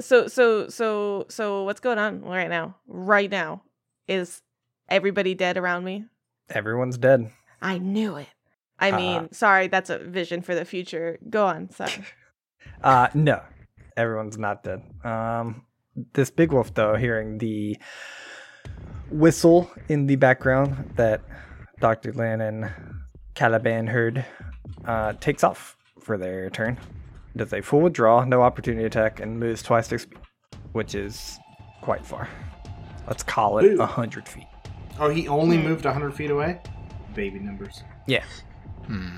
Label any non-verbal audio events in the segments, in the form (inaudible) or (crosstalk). so so so so what's going on right now? Right now is everybody dead around me? Everyone's dead. I knew it. I Ah. mean, sorry, that's a vision for the future. Go on, sorry. Uh, no, everyone's not dead. Um, this big wolf, though, hearing the whistle in the background that Dr. Lin and Caliban heard, uh, takes off for their turn. Does a full withdraw, no opportunity attack, and moves twice their speed, which is quite far. Let's call it Ooh. 100 feet. Oh, he only moved 100 feet away? Baby numbers. Yeah. Hmm.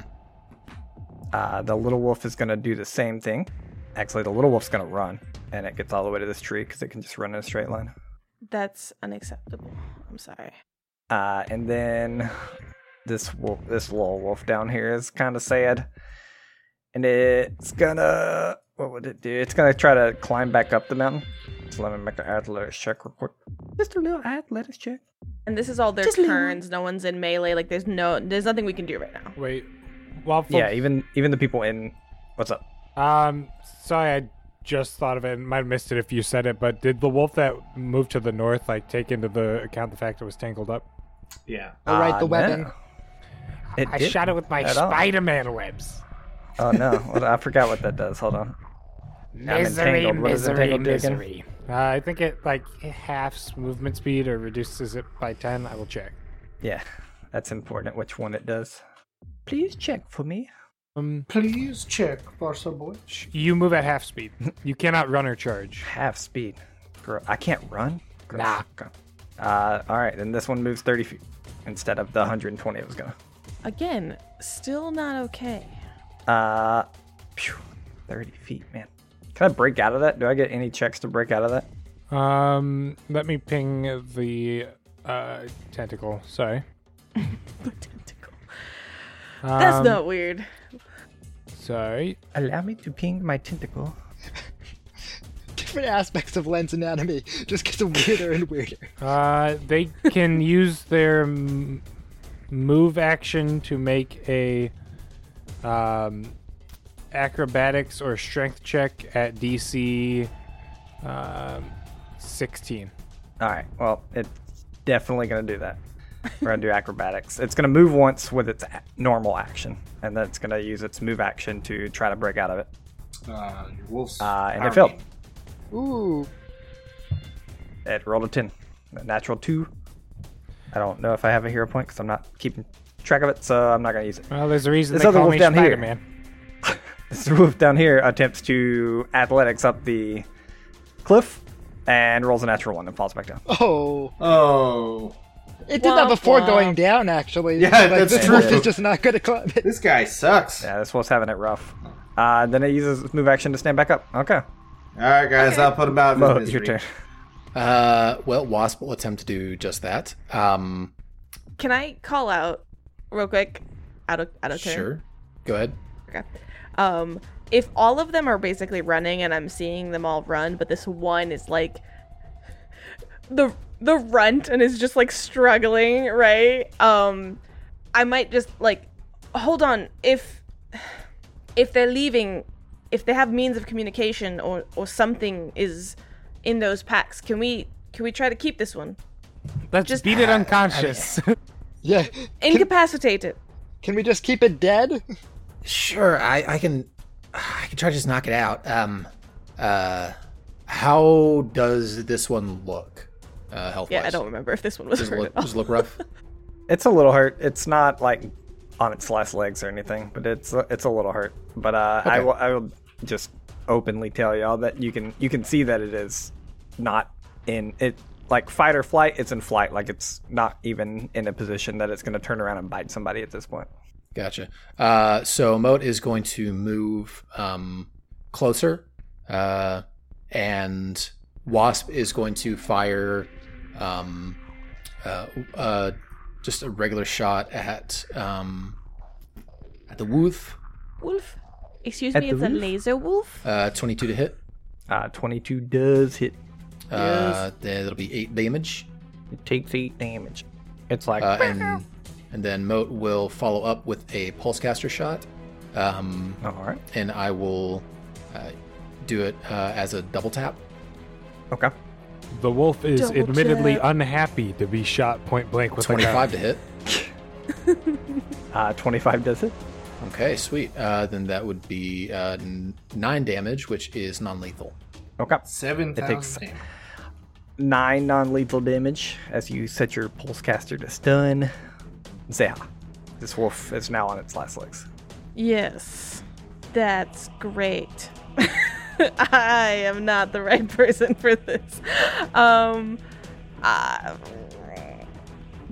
Uh, the little wolf is going to do the same thing. Actually, the little wolf's going to run, and it gets all the way to this tree because it can just run in a straight line. That's unacceptable. I'm sorry. Uh, and then (sighs) this wolf, this little wolf down here is kind of sad, and it's gonna what would it do? It's gonna try to climb back up the mountain. So let me make an athletics check real quick. Just a little athletics check. And this is all their Just leave me. turns. No one's in melee. Like there's no there's nothing we can do right now. Wait, waffle. Yeah, even even the people in what's up? Um, sorry, I just thought of it and might have missed it if you said it, but did the wolf that moved to the north like take into the account the fact it was tangled up? Yeah. All right, Ah, the weapon. no. It I didn't shot it with my at all. Spider-Man webs. Oh no, Well, I forgot what that does. Hold on. I'm Misery, entangled. What does misery, entangled do again? misery. Uh, I think it like halves movement speed or reduces it by ten. I will check. Yeah, that's important. Which one it does? Please check for me. Um, Please check for some witch. you move at half (laughs) speed. You cannot run or charge. half speed. Girl, I can't run. Girl, Nah. girl. Uh, all right, then this one moves 30 feet instead of the 120 it was gonna. Again, still not okay. (laughs) Uh, phew, 30 feet, man. Can I break out of that? Do I get any checks to break out of that? Um, let me ping the uh tentacle. Sorry. Tentacle. Um, That's not weird. Sorry. Allow me to ping my tentacle. Different aspects of Len's anatomy just gets weirder and weirder. Uh, they can (laughs) use their m- move action to make a um, acrobatics or strength check at DC um, 16. All right, well, it's definitely gonna do that. We're gonna do acrobatics. It's gonna move once with its a- normal action, and then it's gonna use its move action to try to break out of it. (laughs) Uh, your wolf's. Uh, and it power failed. game. Ooh, It rolled a 10. A natural 2. I don't know if I have a hero point because I'm not keeping track of it, so I'm not going to use it. (laughs) Well, there's a reason This they other call wolf me down here. Spider-Man. This wolf down here attempts to athletics up the cliff and rolls a natural 1 and falls back down. oh, Oh. it did that Womp before womp. going down. Actually, Yeah, that's (laughs) this true. wolf is just not good at climbing. This guy sucks. Yeah, this wolf's having it rough. Uh, then it uses its move action to stand back up. Okay. Alright, guys, I'll put him out of his Mo, your misery. turn. Uh, well, Wasp will attempt to do just that. Um, Can I call out real quick? Out of out of turn. sure. Go ahead. Okay. Um, if all of them are basically running and I'm seeing them all run, but this one is like the the runt and is just like struggling, right? Um, I might just like hold on. If if they're leaving, if they have means of communication or or something is in those packs, can we can we try to keep this one Let's Just- beat it unconscious. (laughs) Yeah, incapacitate it? can we just keep it dead? Sure. I, I can. I can try to just knock it out. Um, uh, how does this one look? Uh, health Yeah, I don't remember if this one was Does it hurt look, at all. does it (laughs) look rough? It's a little hurt. It's not like on its last legs or anything, but it's a, it's a little hurt. But uh, I Okay. will I will just openly tell y'all that you can you can see that it is not in it like fight or flight. It's in flight. Like it's not even in a position that it's going to turn around and bite somebody at this point. Gotcha. Uh, so Moat is going to move um, closer, uh, and Wasp is going to fire um, uh, uh, just a regular shot at um, at the Wooth. Wolf, excuse At me, the it's a roof? laser wolf. Uh, Twenty-two to hit. Uh, Twenty two does hit. Uh, then That'll be eight damage, It takes eight damage. It's like uh, and and then Moat will follow up with a pulsecaster shot. Um, all right. and I will uh, do it uh, as a double tap. Okay. The wolf is Double admittedly check. unhappy to be shot point blank with a gun. 25 to hit. Uh, 25 does it. Okay, sweet. Uh, then that would be uh, n- nine damage, which is non-lethal. Okay. Seven takes- thousand. damage. Nine non lethal damage as you set your pulse caster to stun. Zeha. This wolf is now on its last legs. Yes. That's great. (laughs) I am not the right person for this. Um uh,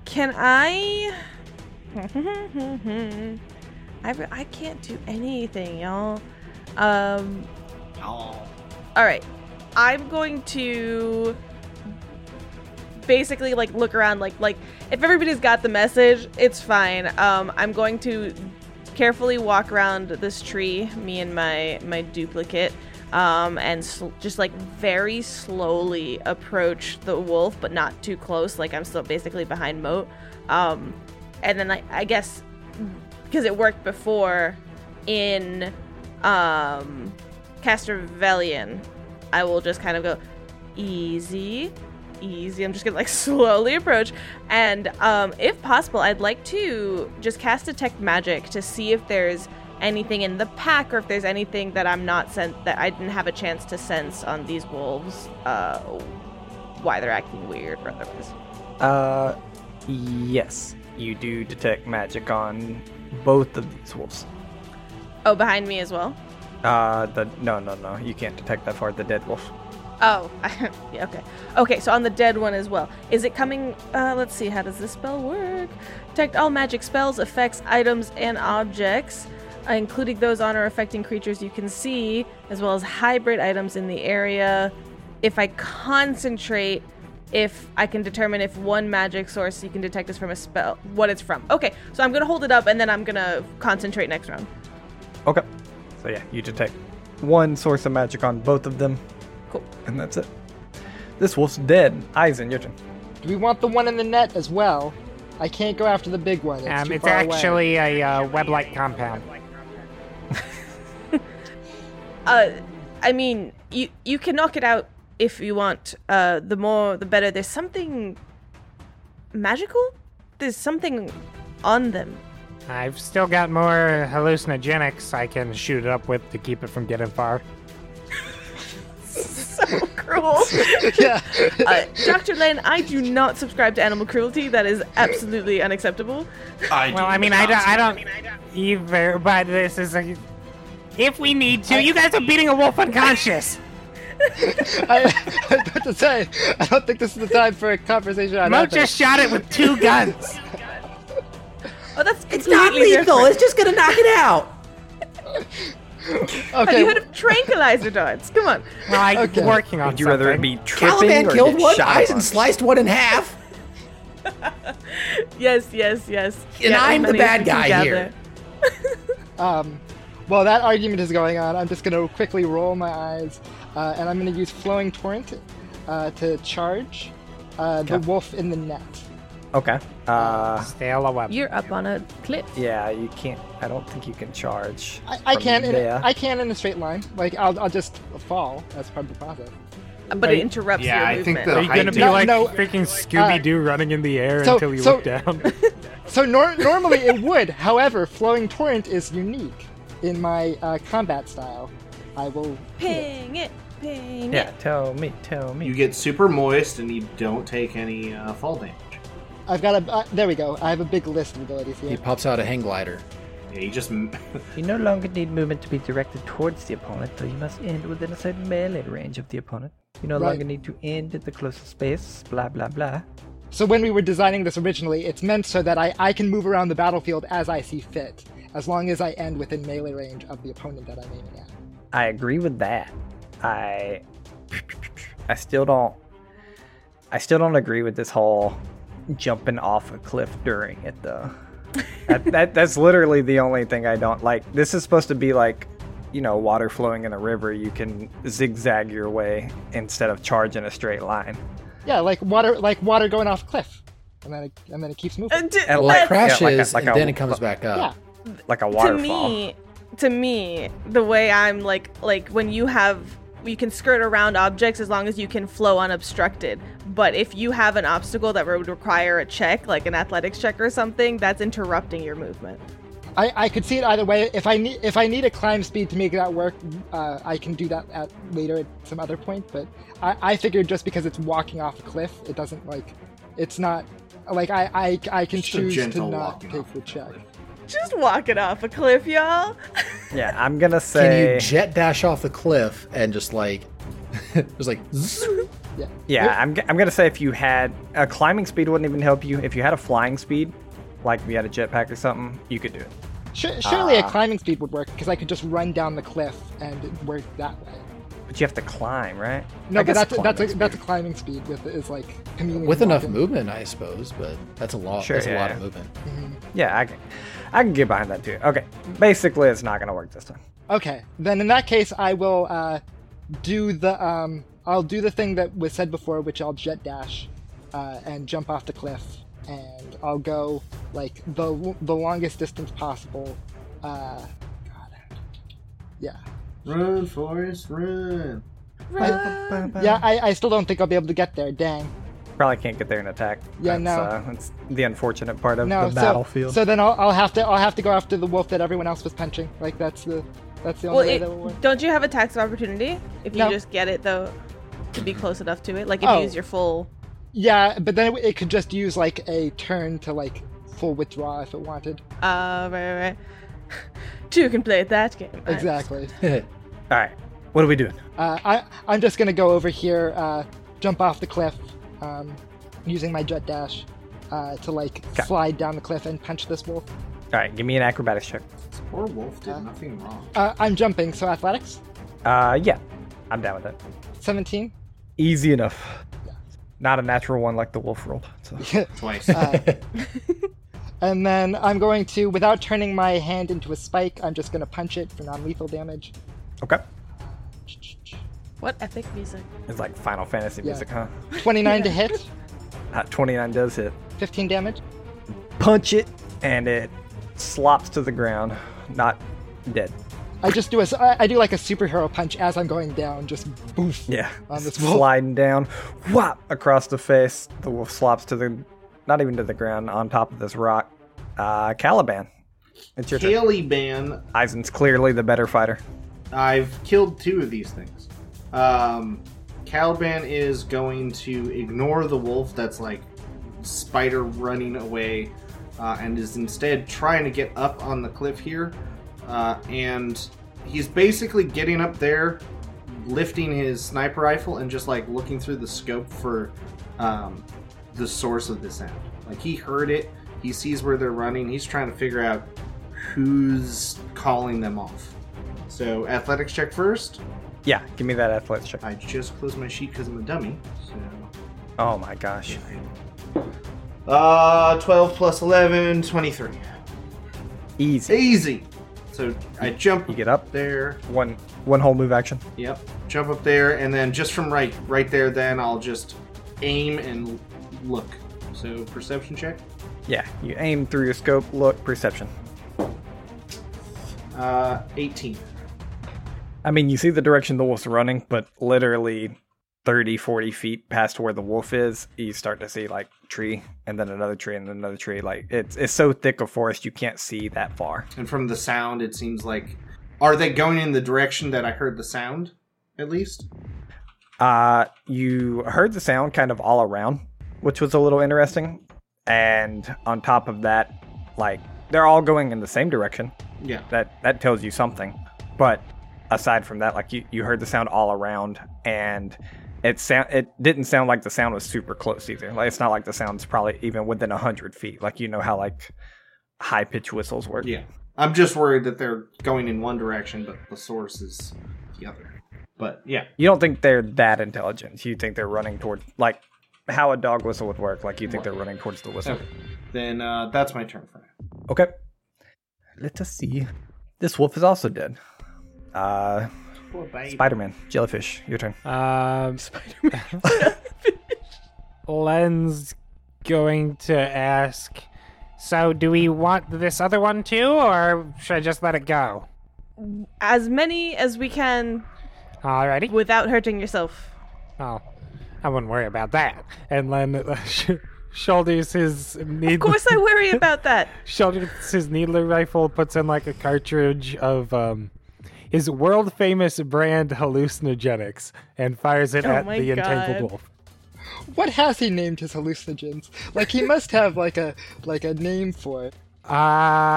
Can I (laughs) I, re- I can't do anything, y'all. Um Oh. All right. I'm going to basically like look around like like if everybody's got the message, it's fine. Um I'm going to carefully walk around this tree, me and my my duplicate, um, and sl- just like very slowly approach the wolf, but not too close. Like I'm still basically behind Moat, um, and then I, I guess because it worked before in um, Castervellian, I will just kind of go easy. Easy. I'm just gonna like (laughs) slowly approach, and um, if possible, I'd like to just cast detect magic to see if there's anything in the pack or if there's anything that I'm not sent that I didn't have a chance to sense on these wolves. Uh, why they're acting weird or otherwise. Uh, yes. You do detect magic on both of these wolves. Oh, behind me as well. Uh, the no, no, no. You can't detect that far. The dead wolf. Oh, (laughs) yeah, okay. Okay, so on the dead one as well. Is it coming? Uh, let's see, how does this spell work? Detect all magic spells, effects, items, and objects, uh, including those on or affecting creatures you can see, as well as hybrid items in the area. If I concentrate, if I can determine if one magic source you can detect is from a spell, what it's from. Okay, so I'm gonna hold it up and then I'm gonna concentrate next round. Okay. So yeah, you detect one source of magic on both of them, Cool. and that's it. This wolf's dead. Aizen, your turn. Do we want the one in the net as well? I can't go after the big one. It's, Um, too it's far away. actually a uh, web-like compound. Uh, I mean, you you can knock it out if you want. Uh, the more, the better. There's something magical. There's something on them. (laughs) I've still got more hallucinogenics I can shoot it up with to keep it from getting far. So (laughs) cruel. yeah. Uh, Dr. Len, I do not subscribe to animal cruelty. That is absolutely unacceptable. I Well, do I mean, I not- don't, I don't either, but this is a. If we need to, you guys are beating a wolf (laughs) unconscious. (laughs) I, I was about to say, I don't think this is the time for a conversation on Mo that. just shot it with (laughs) two guns. Oh, that's It's not completely lethal. different. It's just gonna knock it out. Have okay, you heard of tranquilizer darts? Come on. Well, I'm Okay. working on Would you rather it something. be tripping Caliban or killed get one. shot Eisen on? sliced one in half. Yes, yes, yes. And as I'm the many as bad we can guy gather. here. um, while that argument is going on, I'm just going to quickly roll my eyes, uh, and I'm going to use Flowing Torrent uh, to charge uh, the wolf in the net. Okay. Uh, Still a weapon. You're up on a cliff. yeah, you can't. I don't think you can charge. I, I from can, in, there. I can in a straight line. Like I'll, I'll just fall. That's part of the process. But it interrupts Yeah, your I think movement. the Are you gonna height be No, like no, uh, freaking Scooby Doo running in the air so- until you so- look down? So nor- normally it would. However, Flowing Torrent is unique in my uh, combat style. I will. Ping it, ping yeah, it. tell me, tell me. You get super moist and you don't take any uh, fall damage. I've got a. Uh, there we go. I have a big list of abilities He here. pops out a hang glider. Yeah, you just You no longer need movement to be directed towards the opponent, though you must end within a certain melee range of the opponent. You no Right. longer need to end at the closest space, blah, blah, blah. So when we were designing this originally, it's meant so that I, I can move around the battlefield as I see fit, as long as I end within melee range of the opponent that I'm aiming at. I agree with that. I I still don't I still don't agree with this whole jumping off a cliff during it though. that, that that's literally the only thing I don't like. This is supposed to be like, you know, water flowing in a river, you can zigzag your way instead of charging a straight line. Yeah, like water, like water going off a cliff, and then it, and then it keeps moving. Uh, d- And Well, it let's- crashes Yeah, like a- like and a- then it comes back up. yeah, Like a to waterfall. me to me the way i'm like like when you have you can skirt around objects as long as you can flow unobstructed. But if you have an obstacle that would require a check, like an athletics check or something, that's interrupting your movement. I, I could see it either way. If I need if I need a climb speed to make that work, uh, I can do that at later at some other point. But I, I figured just because it's walking off a cliff, it doesn't like it's not like I I, I can Just a choose to gentle not walking take off the a check. cliff. Just walk it off a cliff, (laughs) y'all. Yeah, I'm gonna Can say. you jet dash off the cliff and just like, (laughs) just like, (laughs) zoom. Yeah. yeah, I'm, g- I'm gonna say if you had a climbing speed wouldn't even help you. If you had a flying speed, like if you had a jetpack or something, you could do it. Sur- surely a climbing speed would work because I could just run down the cliff and it worked that way. But you have to climb, right? No, I but guess that's a, that's a climbing that's a climbing speed with is like commuting with enough walking. movement, I suppose. But that's a lot. Sure, that's a yeah, lot yeah. of movement. speed. Yeah, I can, I can get behind that too. Okay, basically it's not gonna work this time. Okay, then in that case, I will uh, do the um, I'll do the thing that was said before, which I'll jet dash uh, and jump off the cliff, and I'll go like the the longest distance possible. Uh, God, yeah, (laughs) Run, Forrest, run. Run. yeah. I, I still don't think I'll be able to get there. Dang. Probably can't get there in attack. Yeah, that's, no. Uh, that's the unfortunate part of No. the so, battlefield. So then I'll, I'll have to I'll have to go after the wolf that everyone else was punching. Like that's the that's the only Well, way that will work. it, don't you have a tax of opportunity if you No. just get it though to be close enough to it? Like if Oh. you use your full. Yeah, but then it, it could just use like a turn to like full withdraw if it wanted. Uh, right, right, right. (laughs) Two can play at that game. I Exactly. All right, what are we doing? Uh, I, I'm just gonna go over here, uh, jump off the cliff, um, using my jet dash uh, to like slide down the cliff and punch this wolf. All right, give me an acrobatics check. This poor wolf did nothing wrong. Uh, I'm jumping, so athletics, Uh, yeah, I'm down with it. 17. Easy enough. Not a natural one like the wolf rolled. (laughs) So. Twice. Uh, (laughs) And then I'm going to, without turning my hand into a spike, I'm just gonna punch it for non-lethal damage. Okay. What epic music. It's like Final Fantasy music, huh? 29 to hit, Uh, 29 does hit. 15 damage. Punch it, and it slops to the ground. Not dead. I just do a, s- I, I do like a superhero punch as I'm going down, just (laughs) boof. Yeah. On this wolf. Sliding down, whop, across the face. The wolf slops to the, not even to the ground, on top of this rock. Uh, Caliban. It's your turn. Caliban, Eisen's clearly the better fighter. I've killed two of these things. Um, Caliban is going to ignore the wolf that's like spider running away uh, and is instead trying to get up on the cliff here. Uh, and he's basically getting up there, lifting his sniper rifle, and just like looking through the scope for um, the source of the sound. Like he heard it, he sees where they're running, he's trying to figure out who's calling them off. So athletics check first. Yeah, give me that athletics check. I just closed my sheet because I'm a dummy. So Oh my gosh. uh, 12 plus 11, 23. Easy. Easy. So I jump You get up. there. One one whole move action. Yep. Jump up there, and then just from right, right there, then I'll just aim and l- look. So perception check. Yeah, you aim through your scope, look, perception. Uh, 18. I mean, you see the direction the wolf's running, but literally 30, 40 feet past where the wolf is, you start to see like tree and then another tree and then another tree. Like it's it's so thick of forest you can't see that far. And from the sound, it seems like are they going in the direction that I heard the sound? At least. Uh you heard the sound kind of all around, which was a little interesting. And on top of that, like they're all going in the same direction. Yeah. that that tells you something but aside from that like you, you heard the sound all around and it sound it didn't sound like the sound was super close either like it's not like the sound's probably even within 100 feet like you know how like high pitch whistles work Yeah. I'm just worried that they're going in one direction, but the source is the other. But yeah. you don't think they're that intelligent you think they're running toward like how a dog whistle would work like you think they're running towards the whistle Okay. Then uh, that's my turn for now. Okay. Let us see. This wolf is also dead. Uh, Spider Man, jellyfish, your turn. Um, (laughs) Len's going to ask. So, do we want this other one too, or should I just let it go? As many as we can Alrighty. without hurting yourself. Oh, I wouldn't worry about that. And then uh, sh- shoulders his needle. Of course, I (laughs) worry about that. shoulders his needler rifle, puts in like a cartridge of um, his world famous brand hallucinogenics, and fires it Oh at my the entangled God. wolf. What has he named his hallucinogens? Like he must have like a like a name for it. Uh,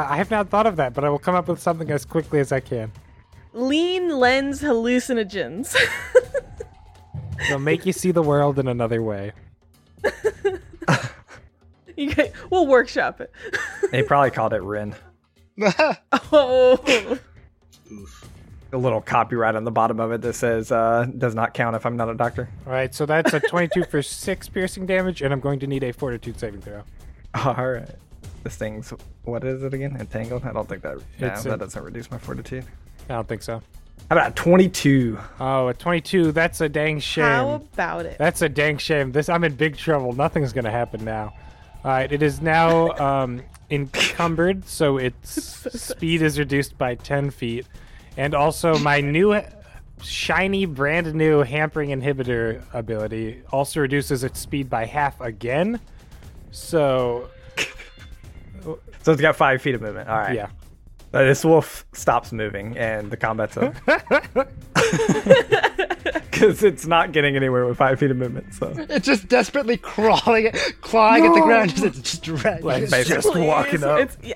I have not thought of that, but I will come up with something as quickly as I can. Lean lens hallucinogens. (laughs) It'll make you see the world in another way. you guys, we'll workshop it. (laughs) They probably called it Rin. (laughs) oh, A little copyright on the bottom of it that says uh, does not count if I'm not a doctor. (laughs) All right, so that's a 22 for six piercing damage, and I'm going to need a fortitude saving throw. All right. This thing's what is it again? Entangled? I don't think that. No, It's a- that doesn't reduce my fortitude. I don't think so. How about 22? Oh, a 22. That's a dang shame. how about it? That's a dang shame. This I'm in big trouble. Nothing's gonna happen now. All right, it is now (laughs) um, encumbered, so its speed is reduced by ten feet, and also my new shiny, brand new hampering inhibitor ability also reduces its speed by half again. So So it's got five feet of movement. All right. yeah, Uh, this wolf stops moving and the combat's (laughs) over. (laughs) Because it's not getting anywhere with five feet of movement. So It's just desperately crawling, clawing at the ground as it's just dragged. Like, just Please, walking up. it's- yeah.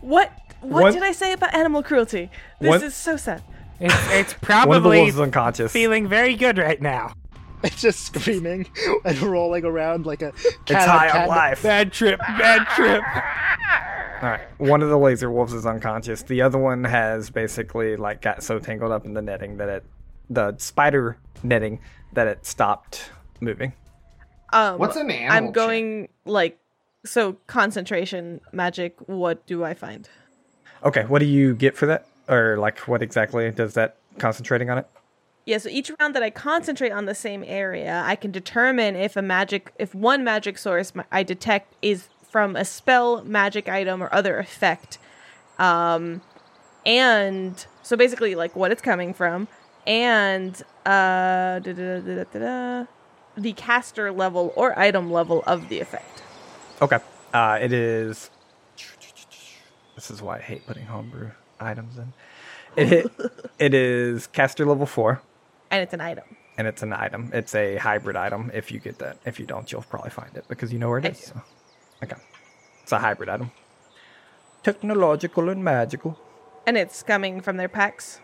What? What One- did I say about animal cruelty? This One- is so sad. it's, (laughs) One of it's the probably wolves is unconscious. feeling very good right now. It's just screaming and rolling around like a cat. it's on high cat. on life. Bad trip, bad trip. All right. One of the laser wolves is unconscious. The other one has basically like got so tangled up in the netting that it, the spider netting, that it stopped moving. Um, What's an animal? I'm check? going like so concentration magic. What do I find? Okay. What do you get for that? Or like, what exactly does that concentrating on it? Yeah, so each round that I concentrate on the same area, I can determine if a magic, if one magic source m- I detect is from a spell, magic item, or other effect. Um, and so basically, like what it's coming from, and uh, da- da- da- da- da- da- da, the caster level or item level of the effect. Okay. Uh, it is. This is why I hate putting homebrew items in. It it is caster level four, And it's an item. and it's an item. It's a hybrid item. If you get that, if you don't, you'll probably find it because you know where it I is. so. Okay, it's a hybrid item. Technological and magical. And it's coming from their packs.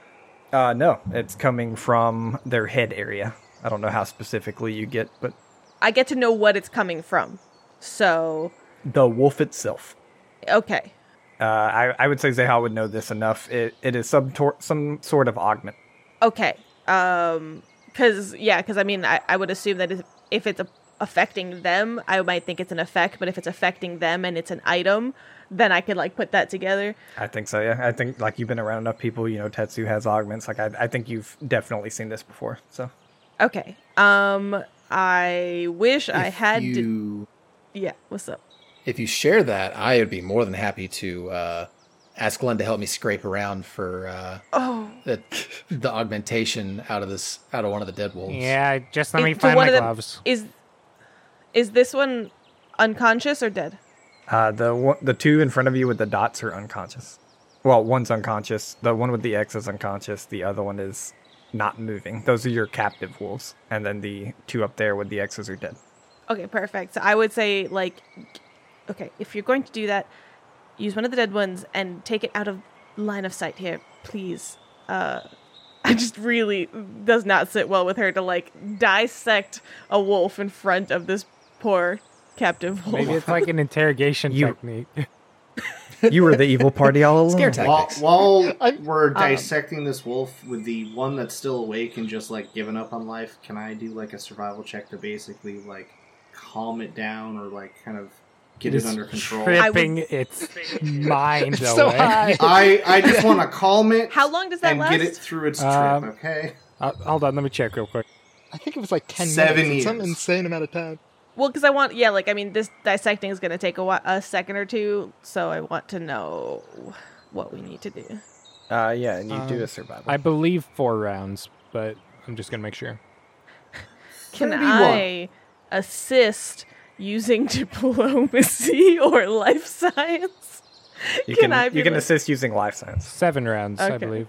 Uh, no, it's coming from their head area. I don't know how specifically you get, but I get to know what it's coming from. So, the wolf itself. okay. Uh, I, I would say Zehal would know this enough. It, it is some, tor- some sort of augment. Okay. Um, because yeah, because I mean, I, I would assume that if, if it's a, affecting them, I might think it's an effect. But if it's affecting them and it's an item, then I could like put that together. I think so. Yeah, I think like you've been around enough people. You know, Tetsu has augments. Like I, I think you've definitely seen this before. So Okay. Um, I wish I If had. you, To, yeah. What's up? If you share that, I would be more than happy to uh, ask Glenn to help me scrape around for uh, Oh, the, the augmentation out of this out of one of the dead wolves. Yeah, just let me is- so find one my of them- gloves. Is is this one unconscious or dead? uh, the one, the two in front of you with the dots are unconscious. Well, one's unconscious. The one with the X is unconscious. The other one is not moving. Those are your captive wolves, and then the two up there with the X's (laughs) are dead. Okay, perfect. So I would say like okay, if you're going to do that, use one of the dead ones and take it out of line of sight here, please. Uh (laughs) I just really does not sit well with her to like dissect a wolf in front of this poor captive wolf. Maybe it's like an interrogation You- technique. You were the evil party all along. Scare tactics. While, while I'm- we're dissecting this wolf with the one that's still awake and just like giving up on life, can I do like a survival check to basically like calm it down or like kind of get it Just under control? I would- Tripping its (laughs) mind It's away. so high. I I just want to calm it. How long does that and last? get it through its Um, trip? Okay. (laughs) Uh, hold on, let me check real quick. (laughs) I think it was like ten Seven minutes. It's Some years. insane amount of time. (laughs) Well, cuz I want yeah, like I mean this dissecting is going to take a, whi- a second or two, so I want to know what we need to do. Uh, yeah, and you do Um, a survival. I believe four rounds, but I'm just gonna make sure. Can 31. I assist using (laughs) diplomacy or life science? You Can can, I be you can like- assist using life science. Seven rounds, I Okay. believe.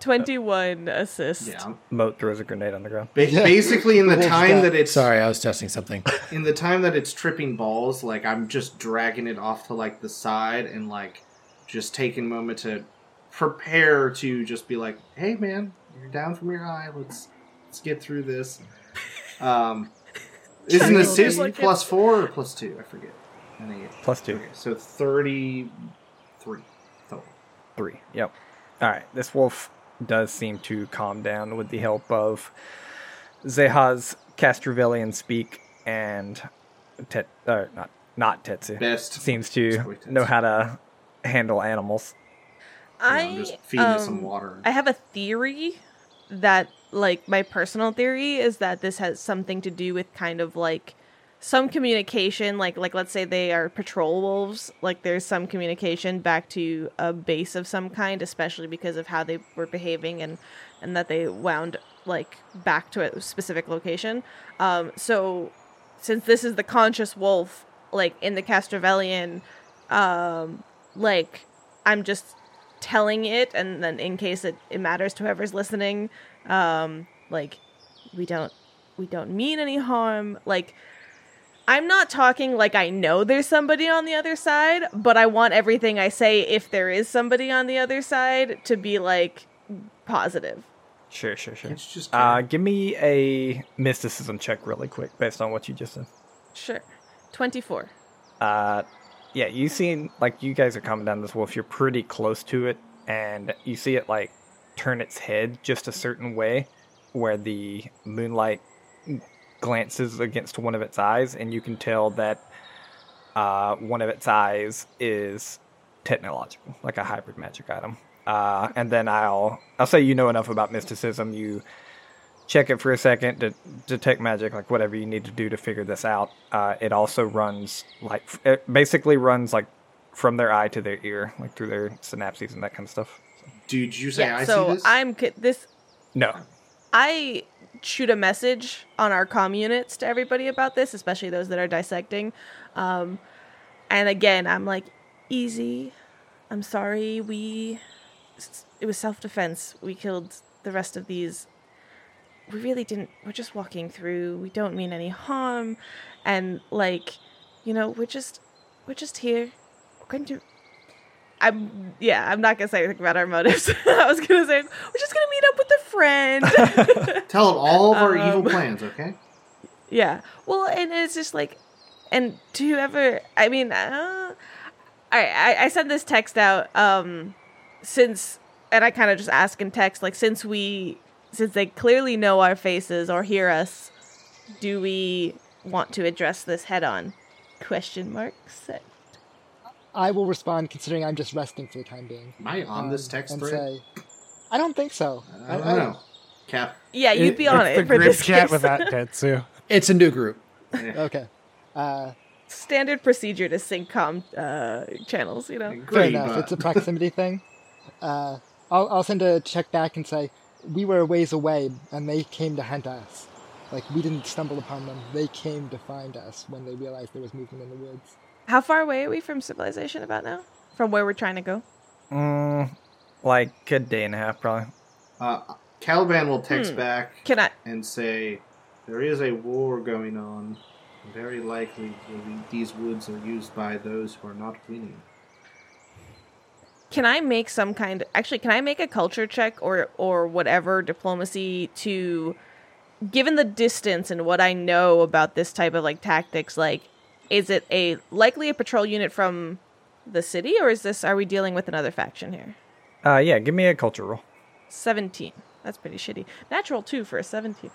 21 (laughs) assist. Yeah. Ba- Moat throws a grenade on the ground. Basically, in the time that it's Sorry, I was testing something. in the time that it's tripping balls, like I'm just dragging it off to like the side and like just taking a moment to prepare to just be like, "Hey, man, you're down from your eye. Let's let's get through this." Um, is an Chuckle, assist like plus four or plus two? I forget. I think it- Plus two. Okay, so thirty-three total. three. Yep. All right. This wolf does seem to calm down with the help of Zeha's Castrovillian speak and Tet, or not not Tetsu. Best. seems to Sorry, Tetsu. know how to handle animals. You know, I I'm just feeding it some um, water. I have a theory that, like, my personal theory is that this has something to do with kind of like some communication. Like, like let's say they are patrol wolves. Like, there's some communication back to a base of some kind, especially because of how they were behaving and and that they wound like back to a specific location. Um, so since this is the conscious wolf, like in the Castrovellian, um, like I'm just telling it, and then in case it, it matters to whoever's listening, um, like we don't we don't mean any harm. Like I'm not talking like I know there's somebody on the other side, but I want everything I say if there is somebody on the other side to be like positive. Sure, sure, sure. It's just Uh, give me a mysticism check really quick based on what you just said. Sure, twenty four. Uh, yeah, you seen like you guys are coming down this wolf. You're pretty close to it, and you see it like turn its head just a certain way, where the moonlight glances against one of its eyes, and you can tell that uh, one of its eyes is technological, like a hybrid magic item. Uh, and then I'll I'll say you know enough about mysticism. You check it for a second to detect magic, like whatever you need to do to figure this out. Uh, it also runs like it basically runs like from their eye to their ear, like through their synapses and that kind of stuff. Dude, you say Yeah, I see so this? I'm c- this No, I shoot a message on our comm units to everybody about this, especially those that are dissecting. Um, and again, I'm like, easy. I'm sorry. We. s- It was self defense. We killed the rest of these. We really didn't. We're just walking through. We don't mean any harm. And, like, you know, we're just. We're just here. We're going to. I'm yeah. I'm not gonna say anything about our motives. (laughs) I was gonna say we're just gonna meet up with a friend. Tell it all of our evil Um, plans, okay? Yeah. Well, and it's just like, and to whoever, I mean, uh, I, I I sent this text out um since, and I kind of just ask in text like since we since they clearly know our faces or hear us, do we want to address this head on? Question mark. Set. I will respond considering I'm just resting for the time being. Am I on (laughs) um, this text and thread? say, I don't think so. I don't know. Cap. Yeah, you'd be on it's it, The for group this chat case. (laughs) without Tetsu. It's a new group. Okay. Uh, Standard procedure to sync com uh, channels, you know. fair Great, enough. but- It's a proximity thing. (laughs) Uh, I'll, I'll send a check back and say, we were a ways away and they came to hunt us. Like, we didn't stumble upon them. They came to find us when they realized there was movement in the woods. How far away are we from civilization? About now, from where we're trying to go. mm, like a day and a half probably. uh, Caliban will text Hmm. back Can I? and say, "There is a war going on. Very likely, the- these woods are used by those who are not winning." can I make some kind actually can I make a culture check or or whatever diplomacy to given the distance and what I know about this type of like tactics like is it a likely a patrol unit from the city or is this are we dealing with another faction here Uh, yeah, give me a culture roll. 17 that's pretty shitty natural 2 for a 17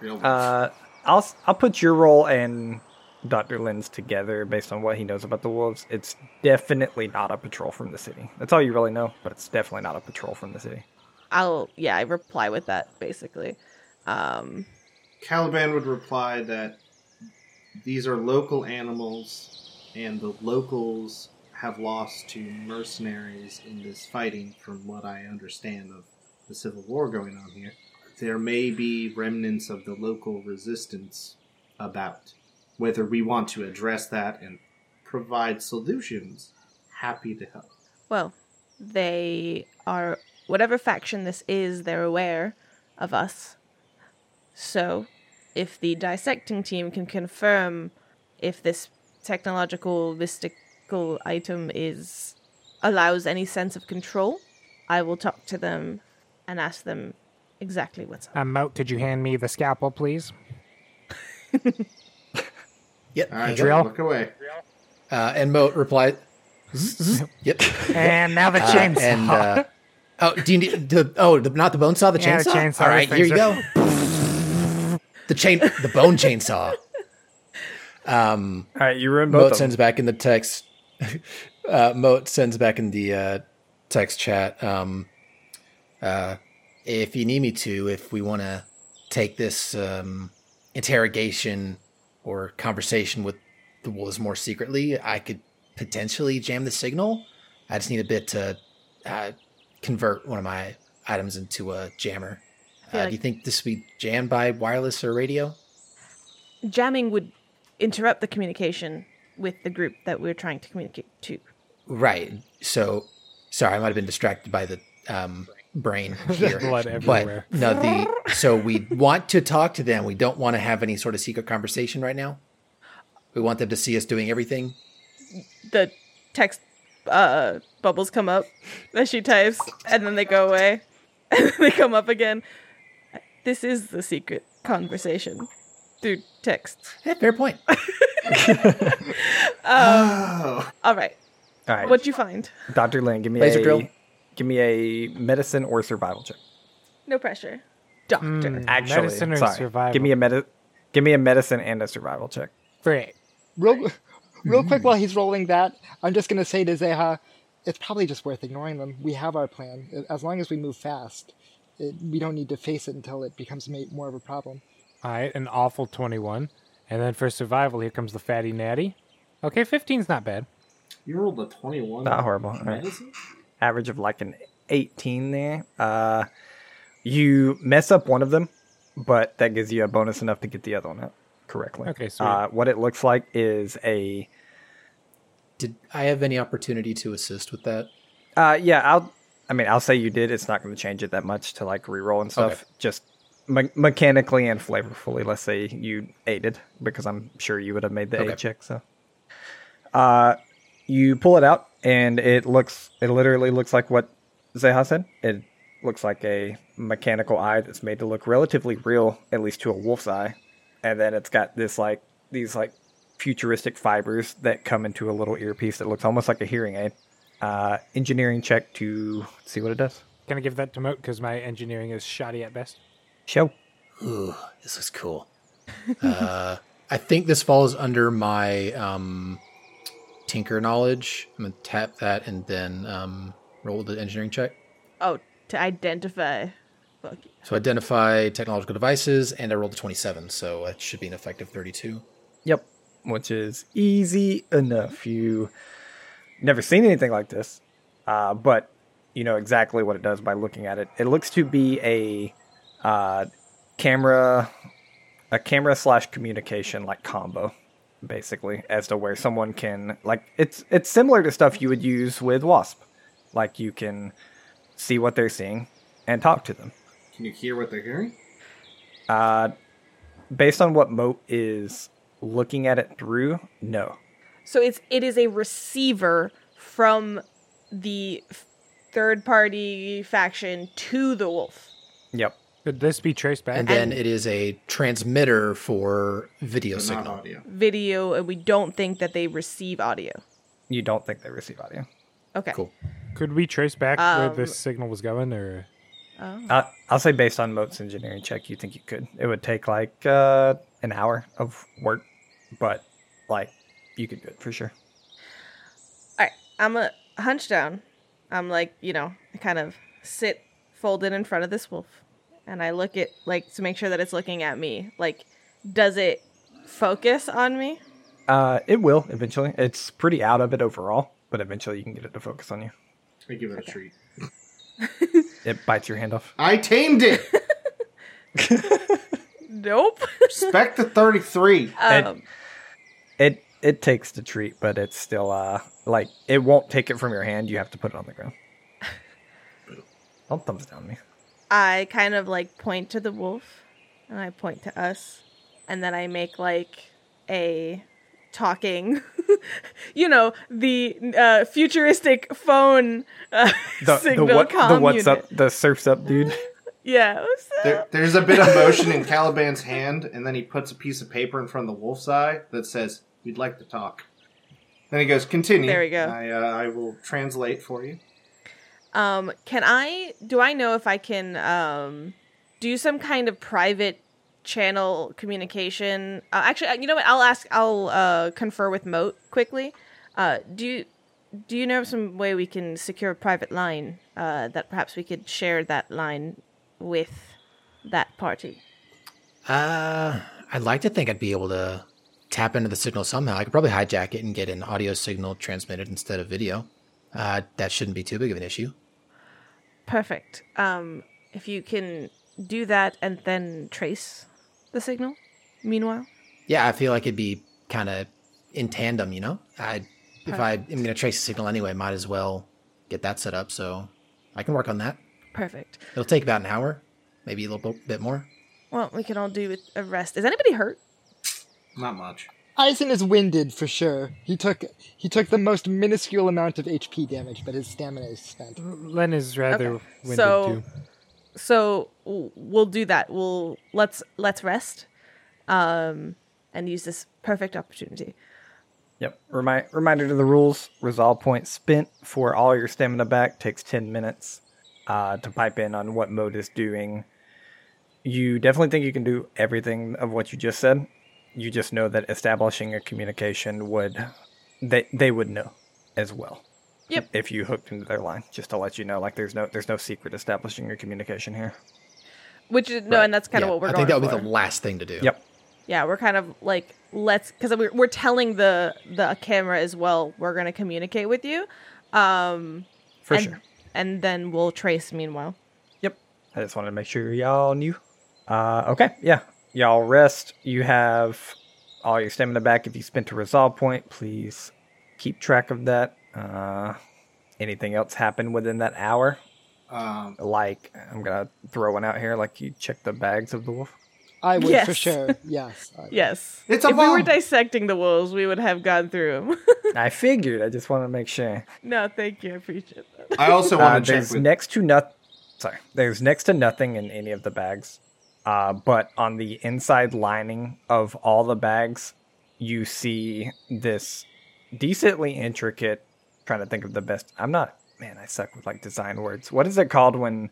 Real Uh, I'll s- I'll put your role and Doctor Lynn's together based on what he knows about the wolves. It's definitely not a patrol from the city. That's all you really know, but it's definitely not a patrol from the city. I'll yeah I reply with that basically um Caliban would reply that these are local animals, and the locals have lost to mercenaries in this fighting, from what I understand of the civil war going on here. there may be remnants of the local resistance about. Whether we want to address that and provide solutions, happy to help. Well, they are whatever faction this is, they're aware of us. So, if the dissecting team can confirm if this technological mystical item is allows any sense of control, I will talk to them and ask them exactly what's up. Um, Moat, could you hand me the scalpel, please? Yep. All right, Adriel? look away. Uh, and Moat replied, "Yep." And now the (laughs) Uh, chainsaw. and uh, oh, do you need the oh the, not the bone saw the Yeah, the chainsaw? chainsaw, All right, those here you things go. the chain, the bone chainsaw. Um, All right, you ruined Moat both. Of sends them. back in the text. (laughs) Uh, Moat sends back in the uh, text chat. Um, uh, if you need me to, if we want to take this um, interrogation or conversation with the wolves more secretly, I could potentially jam the signal. I just need a bit to uh, convert one of my items into a jammer. I Uh, feel do you like- think this would be jammed by wireless or radio? Jamming would interrupt the communication with the group that we're trying to communicate to. Right. So, sorry, I might have been distracted by the um, (laughs) brain here. blood everywhere. But no, the so we want to talk to them. We don't want to have any sort of secret conversation right now. We want them to see us doing everything. The text uh, bubbles come up that she types, and then they go away, (laughs) and they come up again. This is the secret conversation through text. Yeah, (laughs) fair point. Oh, All right, All right, what'd you find? Doctor Lynn, give me Laser a drill. give me a medicine or survival check. No pressure, doctor. Hmm. Actually, medicine or sorry, survival? give me a medi- give me a medicine and a survival check. Frick. Real, (laughs) real quick while he's rolling that, I'm just gonna say to Zeha, it's probably just worth ignoring them. We have our plan. As long as we move fast, it, we don't need to face it until it becomes ma- more of a problem. All right, an awful 21. And then for survival, here comes the fatty natty. Okay, 15's not bad. you rolled a twenty-one. Not horrible. All right. Medicine? average of like an 18 there. Uh, you mess up one of them, but that gives you a bonus enough to get the other one out correctly. Okay, sweet. Uh, what it looks like is a Did I have any opportunity to assist with that? uh, yeah. I'll I mean I'll say you did. It's not going to change it that much to like reroll and stuff. Okay. Just me- mechanically and flavorfully. Let's say you aided because I'm sure you would have made the Okay. aid check. So. Uh, you pull it out and it looks it literally looks like what Zeha said. It looks like a mechanical eye that's made to look relatively real, at least to a wolf's eye. And then it's got this like these like futuristic fibers that come into a little earpiece that looks almost like a hearing aid. Uh, engineering check to see what it does. Can I give that to Moat because my engineering is shoddy at best? Show. Ooh, this is cool. uh, I think this falls under my um, tinker knowledge. I'm gonna tap that and then um, roll the engineering check. Oh, to identify. Fuck. So identify technological devices, and I rolled a 27, so that should be an effective 32. Yep. Which is easy enough. You never seen anything like this, uh, but you know exactly what it does by looking at it. It looks to be a uh, camera, a camera slash communication like combo, basically, as to where someone can like it's it's similar to stuff you would use with Wasp, like you can see what they're seeing and talk to them. Can you hear what they're hearing? Uh, based on what Moat is looking at it through, no. So it's it is a receiver from the third party faction to the wolf. Yep. Could this be traced back? And then it is a transmitter for video But not signal. audio. Video, and we don't think that they receive audio. You don't think they receive audio. Okay. Cool. Could we trace back Um, where this signal was going? Or I, I'll say based on Moat's engineering check, you think you could. It would take like uh, an hour of work, but like you could do it for sure. All right, I'm a hunch down. I'm like, you know, I kind of sit folded in front of this wolf, and I look at like to make sure that it's looking at me. Like, does it focus on me? Uh, it will eventually. It's pretty out of it overall, but eventually you can get it to focus on you. I give it a treat. It bites your hand off. I tamed it. (laughs) Nope. Spec to 33. um, It it takes the treat, but it's still uh like it won't take it from your hand. You have to put it on the ground. Don't thumbs down me. I kind of like point to the wolf and I point to us and then I make like a talking (laughs) you know the uh, futuristic phone uh, The signal the what comm the what's unit. up the surfs up dude. Yeah. what's up? There, there's a bit of motion in Caliban's hand, and then he puts a piece of paper in front of the wolf's eye that says, We'd like to talk. Then he goes, Continue. There we go. I, uh, I will translate for you. Um, can I do I know if I can um do some kind of private channel communication? Uh, actually, uh, you know what? I'll ask. I'll uh confer with Moat quickly. Uh, do you do you know of some way we can secure a private line? Uh, that perhaps we could share that line with that party. Uh, I'd like to think I'd be able to tap into the signal somehow. I could probably hijack it and get an audio signal transmitted instead of video. Uh, that shouldn't be too big of an issue. Perfect. Um, if you can do that and then trace the signal. Meanwhile, Yeah, I feel like it'd be kind of in tandem, you know? I If I am going to trace the signal anyway, might as well get that set up. So I can work on that. perfect. It'll take about an hour, maybe a little bit more. Well, we can all do with a rest. Is anybody hurt? Not much. Eisen is winded for sure. He took he took the most minuscule amount of HP damage, but his stamina is spent. Len is rather Okay, winded so- too. so w- we'll do that we'll let's let's rest um and use this perfect opportunity Yep. Remind, reminder to the rules: resolve point spent for all your stamina back takes ten minutes uh, to pipe in on what mode is doing. You definitely think you can do everything of what you just said. You just know that establishing a communication would they they would know as well. Yep. If you hooked into their line, just to let you know, like there's no there's no secret establishing your communication here. which is no and that's kind of Yeah, what we're I going think that would for be the last thing to do. Yep. yeah we're kind of like let's because we're, we're telling the the camera as well we're going to communicate with you um For and, sure. and then we'll trace meanwhile Yep. I just wanted to make sure y'all knew. Uh, okay, yeah. Y'all rest. You have all your stamina back. If you spent a resolve point, please keep track of that. Uh, anything else happen within that hour? Um, Like, I'm going to throw one out here. Like, you check the bags of the wolf. I would for Yes. sure. Yes. I- yes It's a if we were bomb! dissecting the wolves we would have gone through 'em. (laughs) I figured. I just want to make sure. no thank you i appreciate that I (laughs) also Uh, want to check there's with. next to nothing. Sorry, there's next to nothing in any of the bags. Uh, but on the inside lining of all the bags, you see this decently intricate. Trying to think of the best. I'm not. Man, I suck with like design words. What is it called when?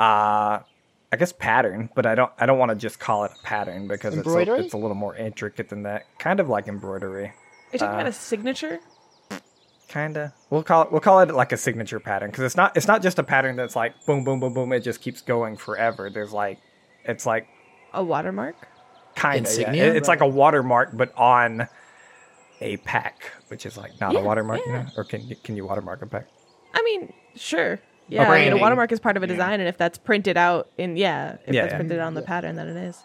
Uh, I guess pattern, but I don't. I don't want to just call it a pattern because it's a, Embroidery? it's a little more intricate than that. Kind of like embroidery. are you talking Uh, about a signature Kinda. We'll call it. We'll call it like a signature pattern because it's not. It's not just a pattern that's like boom, boom, boom, boom. It just keeps going forever. There's like, it's like a watermark kind of. Yeah. Insignia? It- it's like a watermark, but on a pack, which is like not Yeah, a watermark. yeah. You know? Or can you can you watermark a pack? I mean, sure. Yeah, I mean, a Branding. watermark is part of a Yeah. design, and if that's printed out in yeah, if Yeah, that's yeah. printed on the pattern, then it is.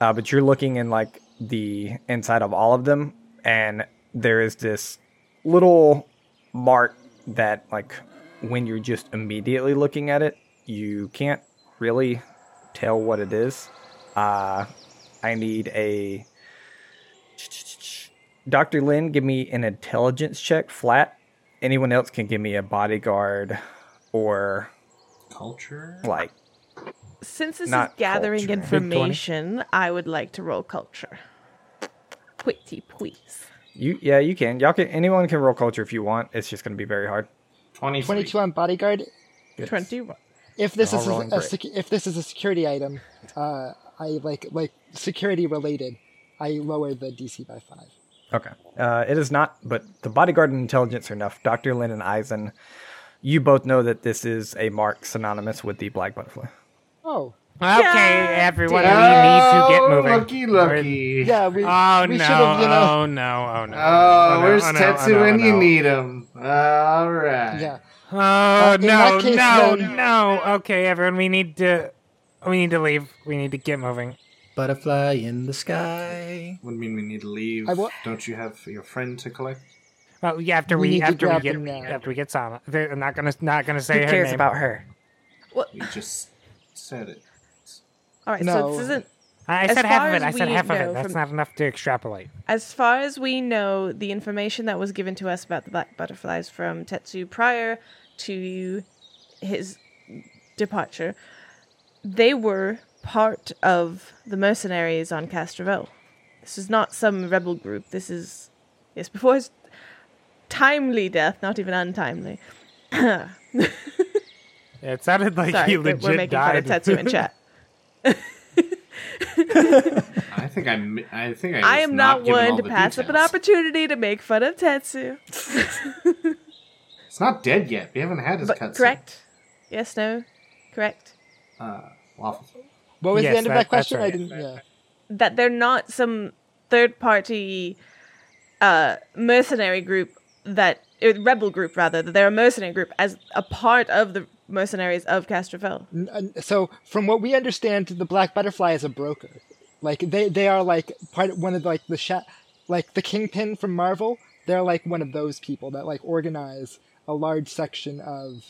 uh, but you're looking in like the inside of all of them, and there is this little mark that, like, when you're just immediately looking at it, you can't really tell what it is. Uh, I need a Dr. Lynn, give me an intelligence check flat. Anyone else can give me a bodyguard or Culture? like Since this is Not gathering culture. Big 20. information, I would like to roll culture. Pretty please. you yeah, you can. Y'all can anyone can roll culture if you want. It's just gonna be very hard. 23. Uh, Twenty-two on bodyguard. Twenty-one. If this Oh, All is rolling a, great. sec- if this is a security item, uh, I like like security related. I lower the DC by five. Okay. Uh, it is not, but the bodyguard and intelligence are enough. Dr. Lynn and Eisen, you both know that this is a mark synonymous with the black butterfly. Oh Okay, Yeah. everyone, Oh, we need to get moving. Lucky, lucky. yeah, we (laughs) Oh we no! should have you know Oh no! Oh no! Oh, no, where's oh, no, oh, Tetsu no, oh, when you no. need him? All right. yeah. Oh Uh, in no! that case, no! then- No! Okay, everyone, we need to. We need to leave. We need to get moving. Butterfly in the sky. What do you mean we need to leave? I wa- Don't you have your friend to collect? Well, yeah, after we, We need to after we grab get them now. after we get Sama, they're not gonna not gonna say Who her cares name. about her? You just said it. All right, so No. this isn't I As said half of far it. I as said we half of know it. That's from- not enough to extrapolate. As far as we know, the information that was given to us about the black butterflies from Tetsu prior to his departure, they were part of the mercenaries on Castroville. This is not some rebel group. This is yes, before his timely death, not even (laughs) untimely. It sounded like Sorry, he we're- legit we're making died. fun of (laughs) Tetsu in chat. I think I. mi- I think I. I was am not, given all one to the pass up an details. opportunity to make fun of Tetsu. It's not dead yet. We haven't had his But cutscene. correct? Yes, no, correct. Uh, waffle. What was Yes, the end of that- that that's question? right. I didn't. Yeah. that they're not some third party uh, mercenary group that er, rebel group rather that they're a mercenary group as a part of the mercenaries of Castrofel. N- uh, So, from what we understand, the Black Butterfly is a broker. Like they, they are like part of one of like the sha- like the Kingpin from Marvel. They're like one of those people that like organize a large section of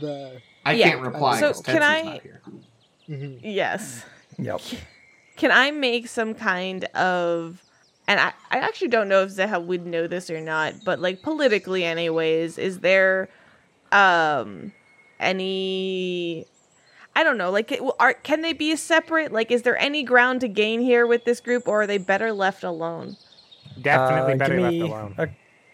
the. I Yeah. can't reply. So, 'cause can Tetsu's I- Not here. Mhm. Yes. Yep. Can I make some kind of and I, I actually don't know if Zeha would know this or not, but like politically anyways, is there um any I don't know, like it- are can they be separate? Like is there any ground to gain here with this group or are they better left alone? (laughs) (laughs) Definitely Uh, better give left me alone. A,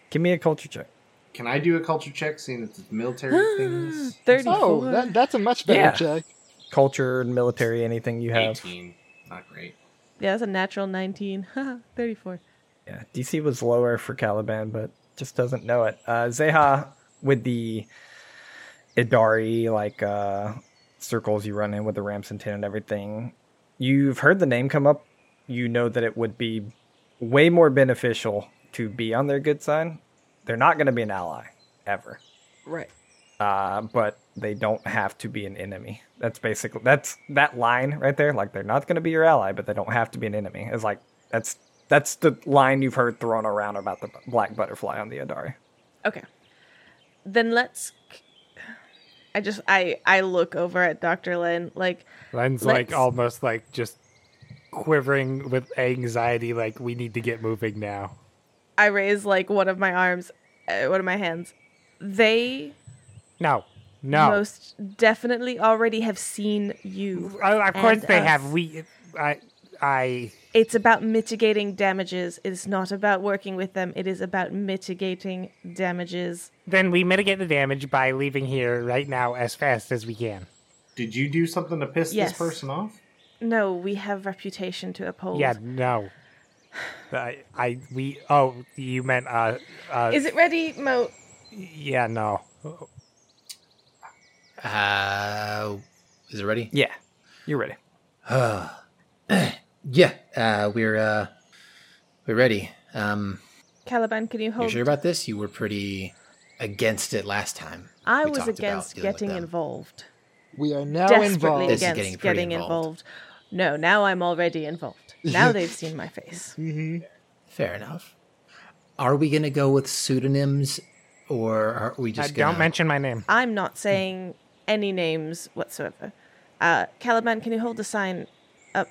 give me a culture check. Can I do a culture check, seeing that the (gasps) military things? 34. Oh, that, that's a much better Yeah. check. Culture, military, anything you have. Eighteen. Not great. Yeah, that's a natural (laughs) 19. Haha, 34. Yeah, DC was lower for Caliban, but just doesn't know it. Uh, Zeha with the Idari like uh, circles you run in with the ramps and tin and everything. You've heard the name come up. You know that it would be way more beneficial to be on their good side. They're not going to be an ally ever, Right. uh, but they don't have to be an enemy. That's basically that's that line right there. Like they're not going to be your ally, but they don't have to be an enemy. It's like that's that's the line you've heard thrown around about the black butterfly on the Adari. Okay. Then let's I just I I look over at Dr. Lin like Len's Let's- like almost like just quivering with anxiety. Like we need to get moving now. I raise like one of my arms, uh, one of my hands. They No, no. most definitely already have seen you. Oh, of course and they us. have. We. I. I. It's about mitigating damages. It's not about working with them. It is about mitigating damages. Then we mitigate the damage by leaving here right now as fast as we can. Did you do something to piss Yes. this person off? No, we have reputation to uphold. Yeah. No. I. I. We. Oh, you meant. Uh. uh Is it ready, Mo? yeah. No. Uh, is it ready? Yeah, you're ready. Yeah, uh, we're uh, we're ready. Um, Caliban, can you you hold? sure about this? You were pretty against it last time. I we was talked about against dealing with getting them. involved. We are now Desperately involved. This is against getting getting, pretty involved. involved. No, now I'm already involved. (laughs) Now they've seen my face. Fair enough. Are we gonna go with pseudonyms, or are we Uh, just gonna don't mention my name. I'm not saying any names whatsoever. Uh, Caliban, can you hold the sign up?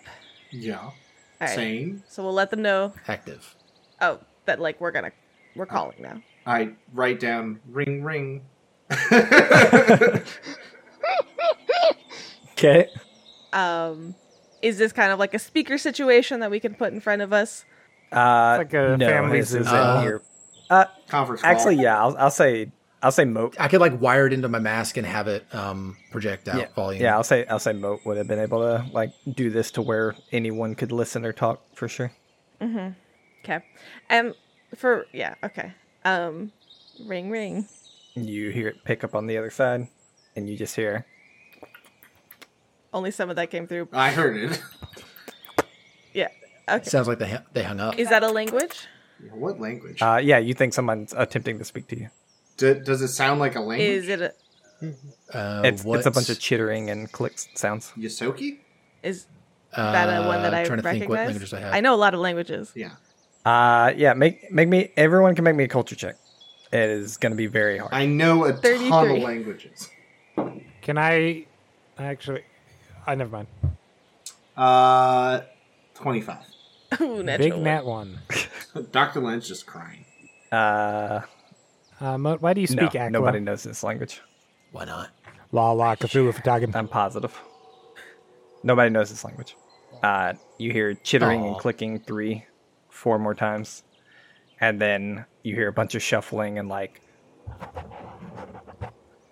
Yeah. All right. Same. So we'll let them know. active? Oh, that like we're gonna we're calling now. I write down ring ring. Okay. Um, is this kind of like a speaker situation that we can put in front of us? Uh, It's like a no, family this isn't zoo. Uh, your- Conference call. Actually, yeah, I'll, I'll say I'll say moat. I could like wire it into my mask and have it um, project out volume. Yeah, I'll say I'll say moat would have been able to like do this to where anyone could listen or talk for sure. Okay. Um, for yeah, okay. Um, ring ring. You hear it pick up on the other side, and you just hear. Only some of that came through. I heard it. (laughs) Yeah. Okay. Sounds like they hu- they hung up. Is that a language? What language? Uh, yeah, you think someone's attempting to speak to you. D- does it sound like a language? Is it? A, Uh, It's what- it's a bunch of chittering and clicks sounds. Yosoki? Is that a one that I Uh, trying to think what recognize? languages I have. know a lot of languages. (laughs) Yeah. Uh, yeah, make make me everyone can make me a culture check. It is going to be very hard. I know a ton 33. of languages. Can I actually? I never mind. Uh, (laughs) 25. Ooh, Big naturally. Nat one. Dr. Len's just crying. Uh, Uh, Mo, why do you no, speak Aqua? nobody knows this language. Why not? La la Cthulhu for talking. I'm positive. Nobody knows this language. Uh, you hear chittering and Aw. clicking three, four more times, and then you hear a bunch of shuffling and like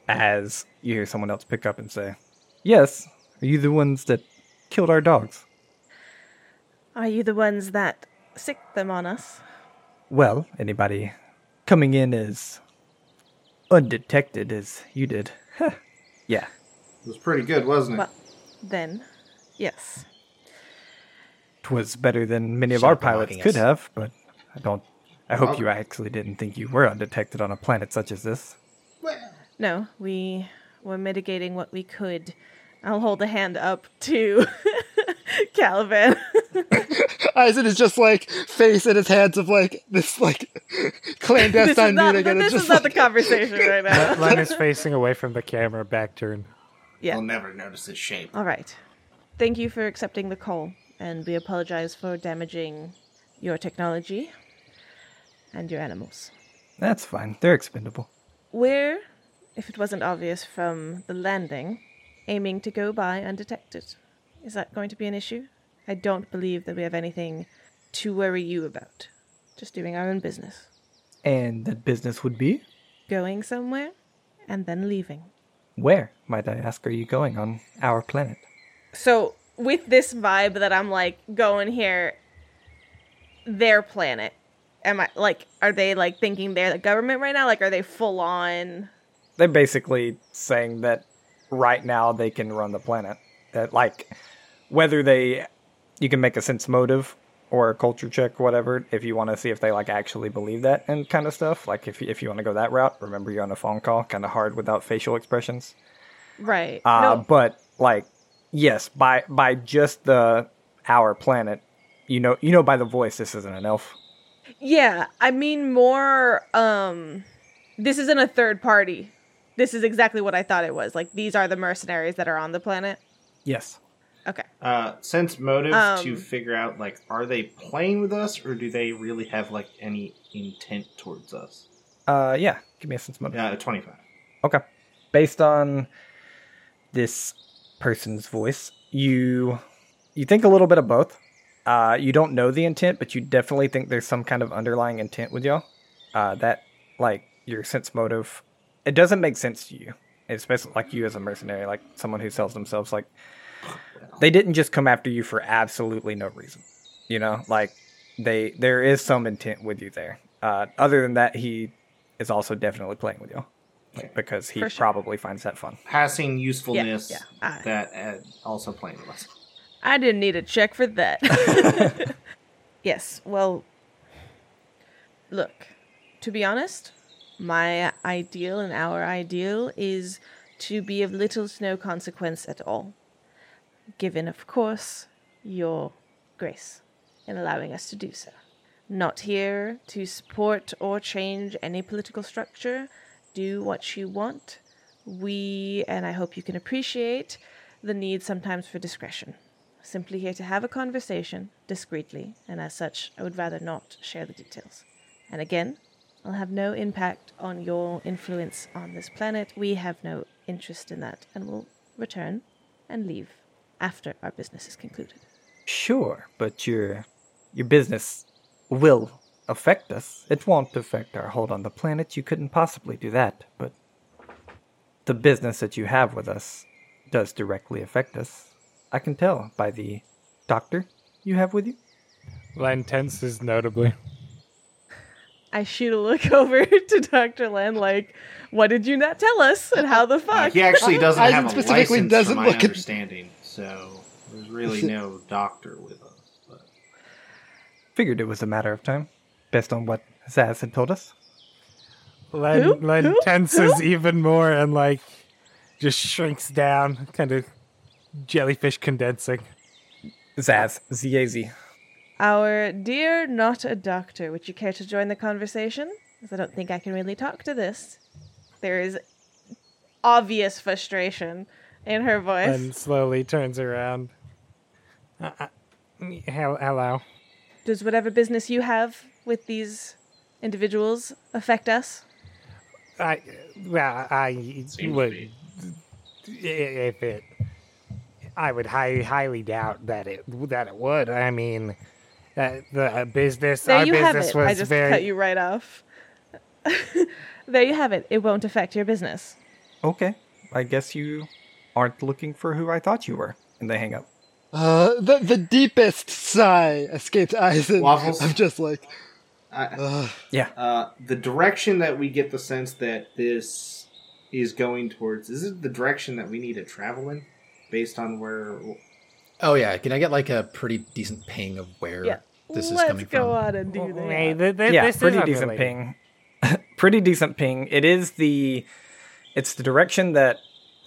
as you hear someone else pick up and say, "Yes, are you the ones that killed our dogs?" Are you the ones that sicked them on us? Well, anybody coming in as undetected as you did. Huh. yeah. It was pretty good, wasn't it? Well, then, yes. Twas better than many of Shut our up, you're pilots mocking could us. have, but I don't I hope Okay. you actually didn't think you were undetected on a planet such as this. Well, No, we were mitigating what we could. I'll hold a hand up to (laughs) (laughs) Calvin. Isaac is just like face in his hands of like this like (laughs) clandestine this is not, meeting, and this it's is just not the like, conversation right (laughs) now. Len is facing away from the camera, back turned. Yeah. I'll never notice his shape. All right. Thank you for accepting the call, and we apologize for damaging your technology and your animals. That's fine. They're expendable. We're, if it wasn't obvious from the landing, aiming to go by undetected. Is that going to be an issue? I don't believe that we have anything to worry you about. Just doing our own business. And that business would be? Going somewhere and then leaving. Where, might I ask, are you going on our planet? So, with this vibe that I'm like going here, their planet, am I like, are they like thinking they're the government right now? Like, are they full on? they're basically saying that right now they can run the planet. That like whether they you can make a sense motive or a culture check, whatever, if you want to see if they like actually believe that and kind of stuff. Like if if you want to go that route, remember you're on a phone call, kind of hard without facial expressions. Right. Uh, But like, yes, by by just the our planet, you know, you know by the voice, this isn't an elf. Yeah, I mean more um this isn't a third party. This is exactly what I thought it was. Like these are the mercenaries that are on the planet. Yes. Okay. Uh, sense motive to Um. figure out, like, are they playing with us or do they really have, like, any intent towards us? Uh, Uh, yeah. Give me a sense motive. Yeah, 25. Okay. Based on this person's voice, you you think a little bit of both. Uh, you don't know the intent, but you definitely think there's some kind of underlying intent with y'all. Uh, that like your sense motive, it doesn't make sense to you, especially like you as a mercenary, like someone who sells themselves. Like they didn't just come after you for absolutely no reason. You know, like they there is some intent with you there. Uh, other than that, he is also definitely playing with y'all like, because he For sure. probably finds that fun. Passing usefulness Yeah, yeah. that uh, also playing with us. I didn't need a check for that. yes. Well, look, to be honest, my ideal and our ideal is to be of little to no consequence at all. Given, of course, your grace in allowing us to do so. Not here to support or change any political structure. Do what you want. We, and I hope you can appreciate, the need sometimes for discretion simply here to have a conversation discreetly, and as such, I would rather not share the details. And again, I'll have no impact on your influence on this planet. We have no interest in that, and will return and leave after our business is concluded. Sure, but your your business will affect us. It won't affect our hold on the planet. You couldn't possibly do that, but the business that you have with us does directly affect us. I can tell by the doctor you have with you. Len tenses notably. I shoot a look (laughs) over to Dr. Len, like, what did you not tell us, and how (laughs) the Uh, fuck? he actually doesn't Eisen have a specifically license, doesn't from my look at- understanding. So there's (laughs) really no doctor with us. But Figured it was a matter of time, based on what Zaz had told us. Len, Who? Len Who? tenses even more and like just shrinks down, kind of jellyfish condensing. Zaz. Z-A-Z. Our dear not a doctor, would you care to join the conversation? Because I don't think I can really talk to this. There is obvious frustration in her voice. and slowly turns around. Uh, uh, hel- hello. Does whatever business you have with these individuals affect us? I well, I would if it. I would high, highly doubt that it that it would. I mean, uh, the uh, business There our you have business it. was I just very cut you right off. (laughs) there you have it. It won't affect your business. Okay. I guess you aren't looking for who I thought you were. And they hang up. Uh, the the deepest sigh escaped Eisen. Waffles? I'm just like, I, ugh. Yeah. uh, the direction that we get the sense that this is going towards is it the direction that we need to travel in, based on where Oh yeah, can I get like a pretty decent ping of where Yeah. this Let's is coming go uh, from? on and do uh, Hey, that. th- th- yeah, this is pretty decent unrelated. ping. (laughs) pretty decent ping. It is the it's the direction that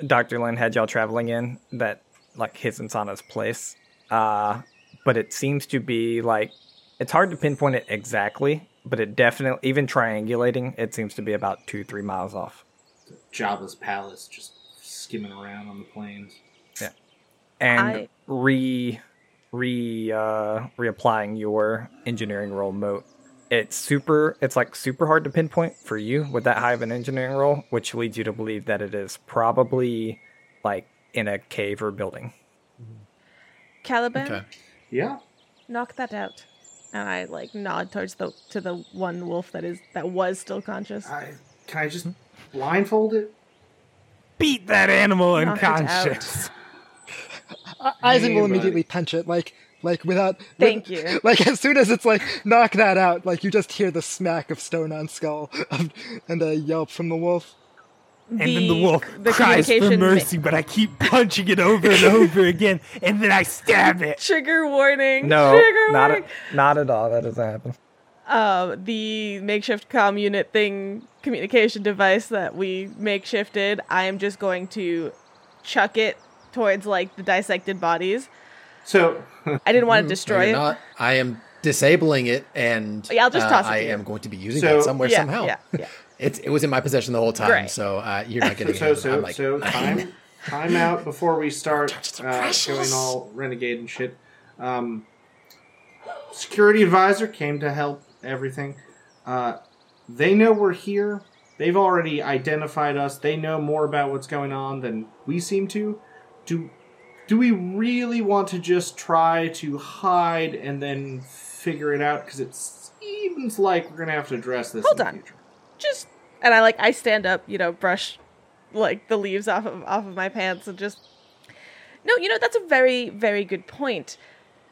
Dr. Lin had y'all traveling in, that like his and Sana's place. Uh but it seems to be like it's hard to pinpoint it exactly, but it definitely even triangulating, it seems to be about two, three miles off. Jabba's palace, just skimming around on the plains. And I- re re uh reapplying your engineering role moat. It's super it's like super hard to pinpoint for you with that high of an engineering role, which leads you to believe that it is probably like in a cave or building. Caliban, Okay. Yeah, knock that out. And I like nod towards the to the one wolf that is that was still conscious. Uh, I, can I just blindfold it? Beat that animal Knock it out. (laughs) unconscious. Eisen will buddy. immediately punch it, like like without. (laughs) Thank with- you. Like as soon as it's like knock that out, like you just hear the smack of stone on skull of, and a yelp from the wolf. And then the wolf the cries for communication ma- mercy, but I keep punching it over and over again, and then I stab it. Trigger warning. No, Trigger not warning. at, not at all. That doesn't happen. um, the makeshift comm unit thing communication device that we makeshifted, I am just going to chuck it towards like the dissected bodies. So, I didn't want to Mm-hmm. No, you're destroy it. not. I am disabling it, and Yeah, I'll just uh, toss it I to you. am going to be using So- that somewhere yeah, somehow. yeah, yeah. It's it was in my possession the whole time, Great. so uh, you're not (laughs) getting so, it. so, I'm like, (laughs) so, time, time out before we start uh, going all renegade and shit. Um, security advisor came to help everything. Uh, they know we're here. They've already identified us. They know more about what's going on than we seem to. Do do we really want to just try to hide and then figure it out? Because it seems like we're gonna have to address this. Hold in the on. future. Just and I like I stand up, you know, brush like the leaves off of off of my pants and just No, you know, that's a very, very good point.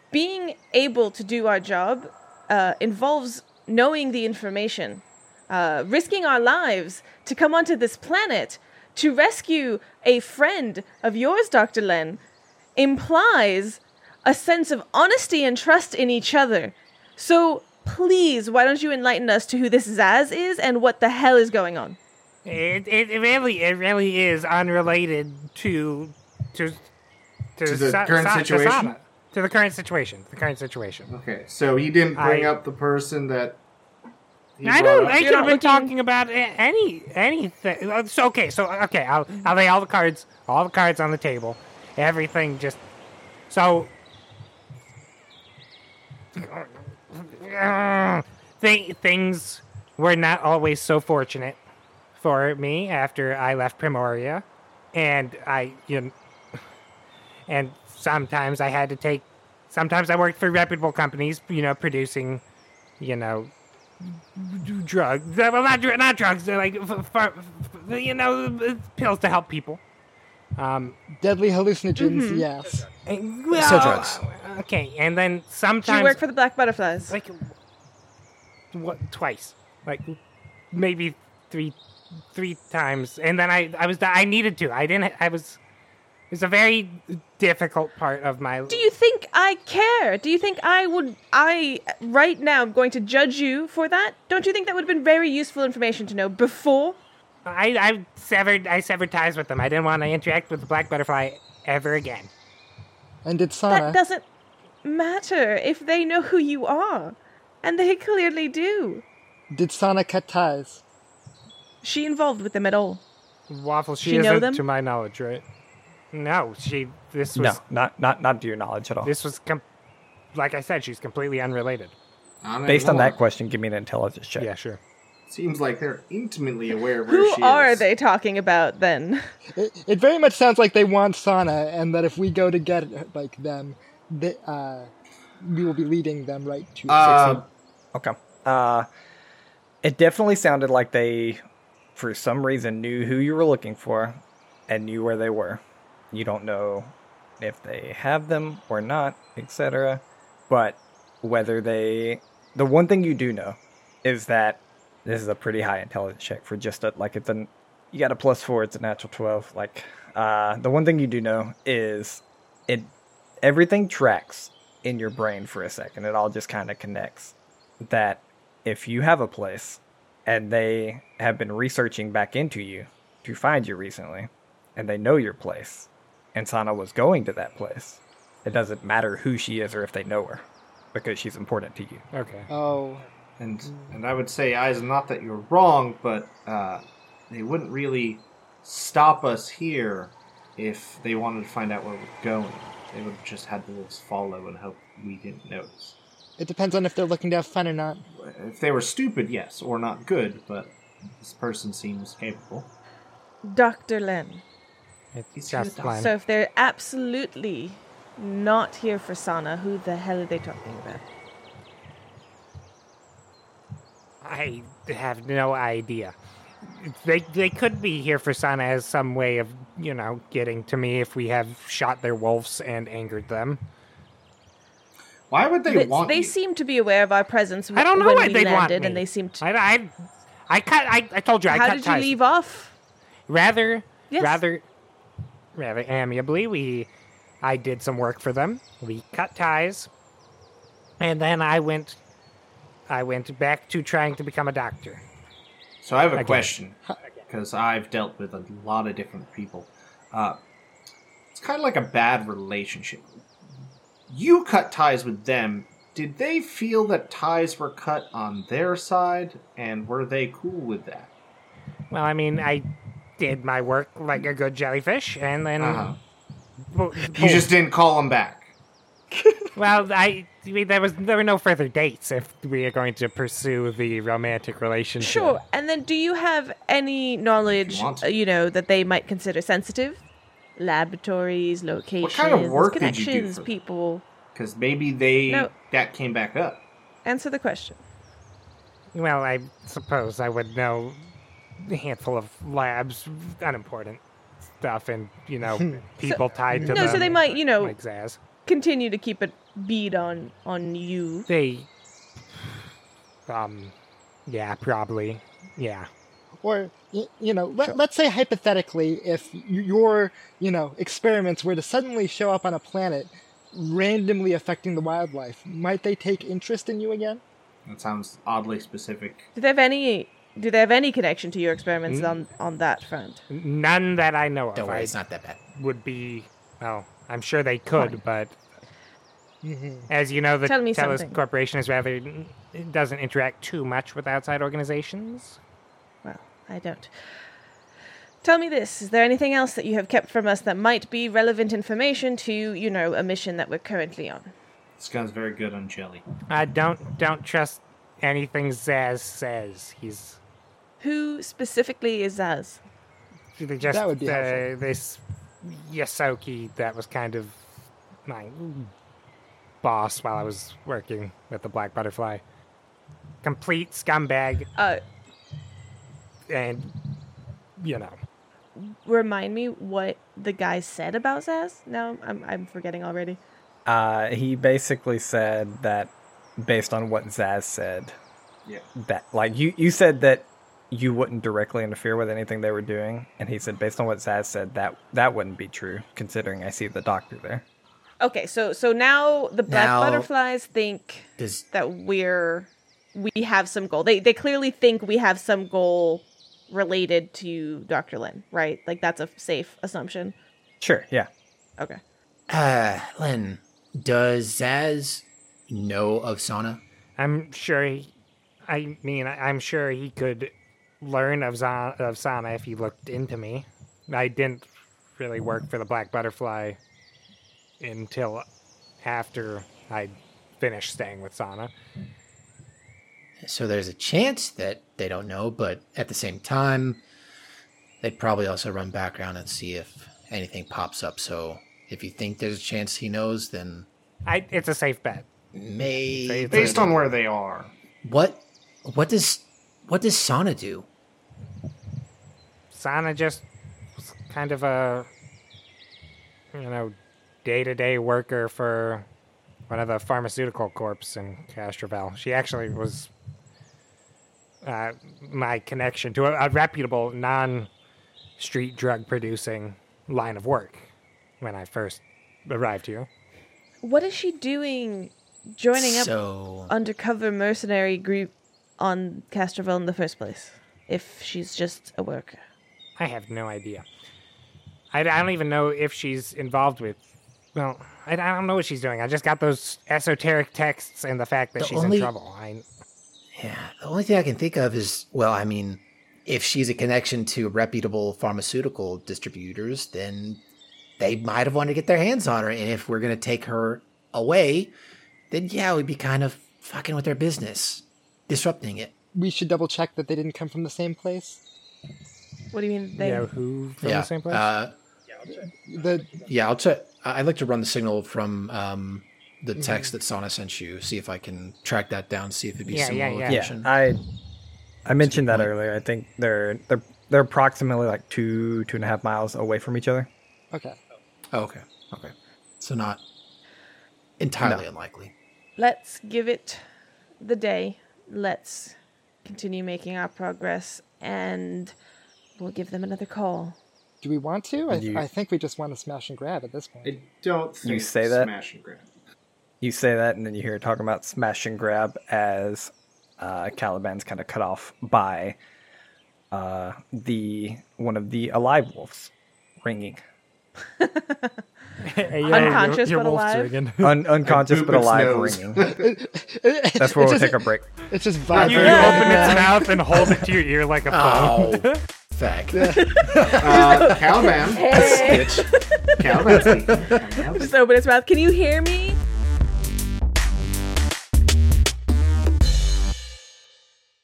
Being able to do our job uh, involves knowing the information, uh, risking our lives to come onto this planet to rescue a friend of yours, Dr. Len, implies a sense of honesty and trust in each other. So please, why don't you enlighten us to who this Zaz is and what the hell is going on? It, it really it really is unrelated to to to, the Sa- current Sa- to situation? Sama. To the current situation. The current situation. Okay, so he didn't bring I- up the person that. he I brought don't. up. I could have been looking- talking about a- any anything. Uh, So okay. So okay. I'll I'll lay all the cards, all the cards on the table, everything. Just so. (sighs) Th- things were not always so fortunate for me after I left Primoria, and I you know, (sighs) and sometimes I had to take. Sometimes I worked for reputable companies, you know, producing, you know, do drugs. uh, Well, not dr- not drugs. They're like f- f- f- you know uh, pills to help people. Um, Deadly hallucinogens. Mm-hmm. Yes. and- Eh, well, drugs. Okay, and then Do you sometimes work for the Black Butterflies? like what twice, like maybe three three times, and then I I was I needed to. I didn't. I was. It's a very difficult part of my. Do you think I care? Do you think I would? I right now am going to judge you for that. Don't you think that would have been very useful information to know before? I, I severed I severed ties with them. I didn't want to interact with the black butterfly ever again. And it's That Sana. doesn't. matter if they know who you are? And they clearly do. Did Sana cut ties? She involved with them at all. Waffle, she, She know isn't them? to my knowledge, right? No, she. This was No, not not not to your knowledge at all. this was com- like I said, she's completely unrelated. I'm at Based on war. that question, give me an intelligence check. Yeah, sure. seems like they're intimately aware of where Who she are is. they talking about then? It, it very much sounds like they want Sana, and that if we go to get like them, they, uh, we will be leading them right to. Uh, Okay. Uh, it definitely sounded like they, for some reason, knew who you were looking for, and knew where they were. You don't know if they have them or not, etc. But whether they, the one thing you do know, is that this is a pretty high intelligence check for just a like it's an you got a plus four, it's a natural twelve. Like uh, the one thing you do know is it everything tracks in your brain for a second. It all just kind of connects that if you have a place and they have been researching back into you to find you recently and they know your place and Sana was going to that place, it doesn't matter who she is or if they know her because she's important to you. Okay. oh, And and I would say, eyes, not that you're wrong, but uh, they wouldn't really stop us here if they wanted to find out where we're going. They would have just had the wolves follow and hope we didn't notice. it depends on if they're looking to have fun or not. If they were stupid, yes, or not good, but this person seems capable. Dr. Len. It's Is she a just doctor? fine. So if they're absolutely not here for Sana, who the hell are they talking about? I have no idea. They they could be here for Sana as some way of you know getting to me if we have shot their wolves and angered them. Why would they But want? they you? seem to be aware of our presence. I don't know when why we they want landed, me. and they seem to. I, I, I cut. I, I told you. I How cut did you ties. leave off? Rather, Yes. rather, rather amiably, we, I did some work for them. We cut ties, and then I went, I went back to trying to become a doctor. So I have a Again. question because I've dealt with a lot of different people. Uh, it's kind of like a bad relationship. You cut ties with them. Did they feel that ties were cut on their side, and were they cool with that? Well, I mean, I did my work like a good jellyfish, and then Uh-huh. Bo- You just didn't call them back. well, I, I mean, there was there were no further dates if we are going to pursue the romantic relationship. Sure. And then, do you have any knowledge, want uh, to. you know, that they might consider sensitive? Laboratories, locations, work did you do connections, for them? people. Because maybe they No. that came back up. Answer the question. Well, I suppose I would know a handful of labs, unimportant stuff, and you (laughs) know, people tied to No, them. so they might, you know- like Zaz. Continue to keep a bead on on you. They, um, yeah, probably, yeah. Or y- you know, let, let's say hypothetically, if y- your you know experiments were to suddenly show up on a planet, randomly affecting the wildlife, might they take interest in you again? That sounds oddly specific. Do they have any? Do they have any connection to your experiments on on that front? None that I know of. Don't worry, I it's not that bad. would be. Well, I'm sure they could, but Mm-hmm. as you know, the Tell me Telus something. Corporation is rather it doesn't interact too much with outside organizations. Well, I don't. Tell me this: Is there anything else that you have kept from us that might be relevant information to, you know, a mission that we're currently on? This gun's very good on jelly. I don't don't trust anything Zaz says. He's Who specifically is Zaz? They just That would be uh, helpful. this Yasoki that was kind of my boss while I was working with the Black Butterfly. Complete scumbag, Uh, and you know, remind me what the guy said about Zaz. No, I'm I'm forgetting already. Uh, he basically said that based on what Zaz said, Yeah. that like you you said that you wouldn't directly interfere with anything they were doing, and he said based on what Zaz said that that wouldn't be true considering I see the doctor there. Okay, so so now the black Now- butterflies think Does that we're we have some goal. They they clearly think we have some goal related to Dr. Lin, right? Like that's a safe assumption. Sure, yeah. Okay. uh, Lynn, Does Zaz know of Sana? I'm sure. He, I mean, I- I'm sure he could learn of Zan, of Sana if he looked into me. I didn't really work for the Black Butterfly until after I finished staying with Sana. So there's a chance that they don't know, but at the same time, they'd probably also run background and see if anything pops up. So if you think there's a chance he knows, then I, it's a safe bet. may Safe Based bet. on where they are. what what does what does Sana do? Sana just was kind of a, you know, day to day worker for one of the pharmaceutical corps in Castrovel. She actually was uh, my connection to a, a reputable, non street drug producing line of work when I first arrived here. What is she doing joining up So undercover mercenary group on Castroville in the first place? If she's just a worker. I have no idea. I, I don't even know if she's involved with. Well, I, I don't know what she's doing. I just got those esoteric texts and the fact that The she's only- in trouble. I, yeah, the only thing I can think of is well, I mean, if she's a connection to reputable pharmaceutical distributors, then they might have wanted to get their hands on her. And if we're gonna take her away, then yeah, we'd be kind of fucking with their business, disrupting it. We should double check that they didn't come from the same place. What do you mean you they know who from yeah, the same place? Uh, The yeah, I'll check. I- I'd like to run the signal from um, the Mm-hmm. text that Sana sent you, see if I can track that down, see if it'd be Yeah, similar yeah, yeah. Yeah, location. I I mentioned that earlier. I think they're they're they're approximately like two two and a half miles away from each other. okay. Oh, okay, okay. So not entirely unlikely. let's give it the day. Let's continue making our progress and we'll give them another call. Do we want to? I, You- I think we just want to smash and grab at this point. I don't think You say that? smash and grab. You say that, and then you hear it talking about smash and grab as uh, Caliban's kind of cut off by uh, the one of the alive wolves ringing, Unconscious but alive? (laughs) Un- unconscious but its alive nose. ringing. That's where we'll It's take just- a break. It's just You vibrating. open its mouth and hold it to your ear like a phone. (laughs) Oh, fuck. Uh, Caliban. Stitch. Caliban. Just open its mouth. Can you hear me?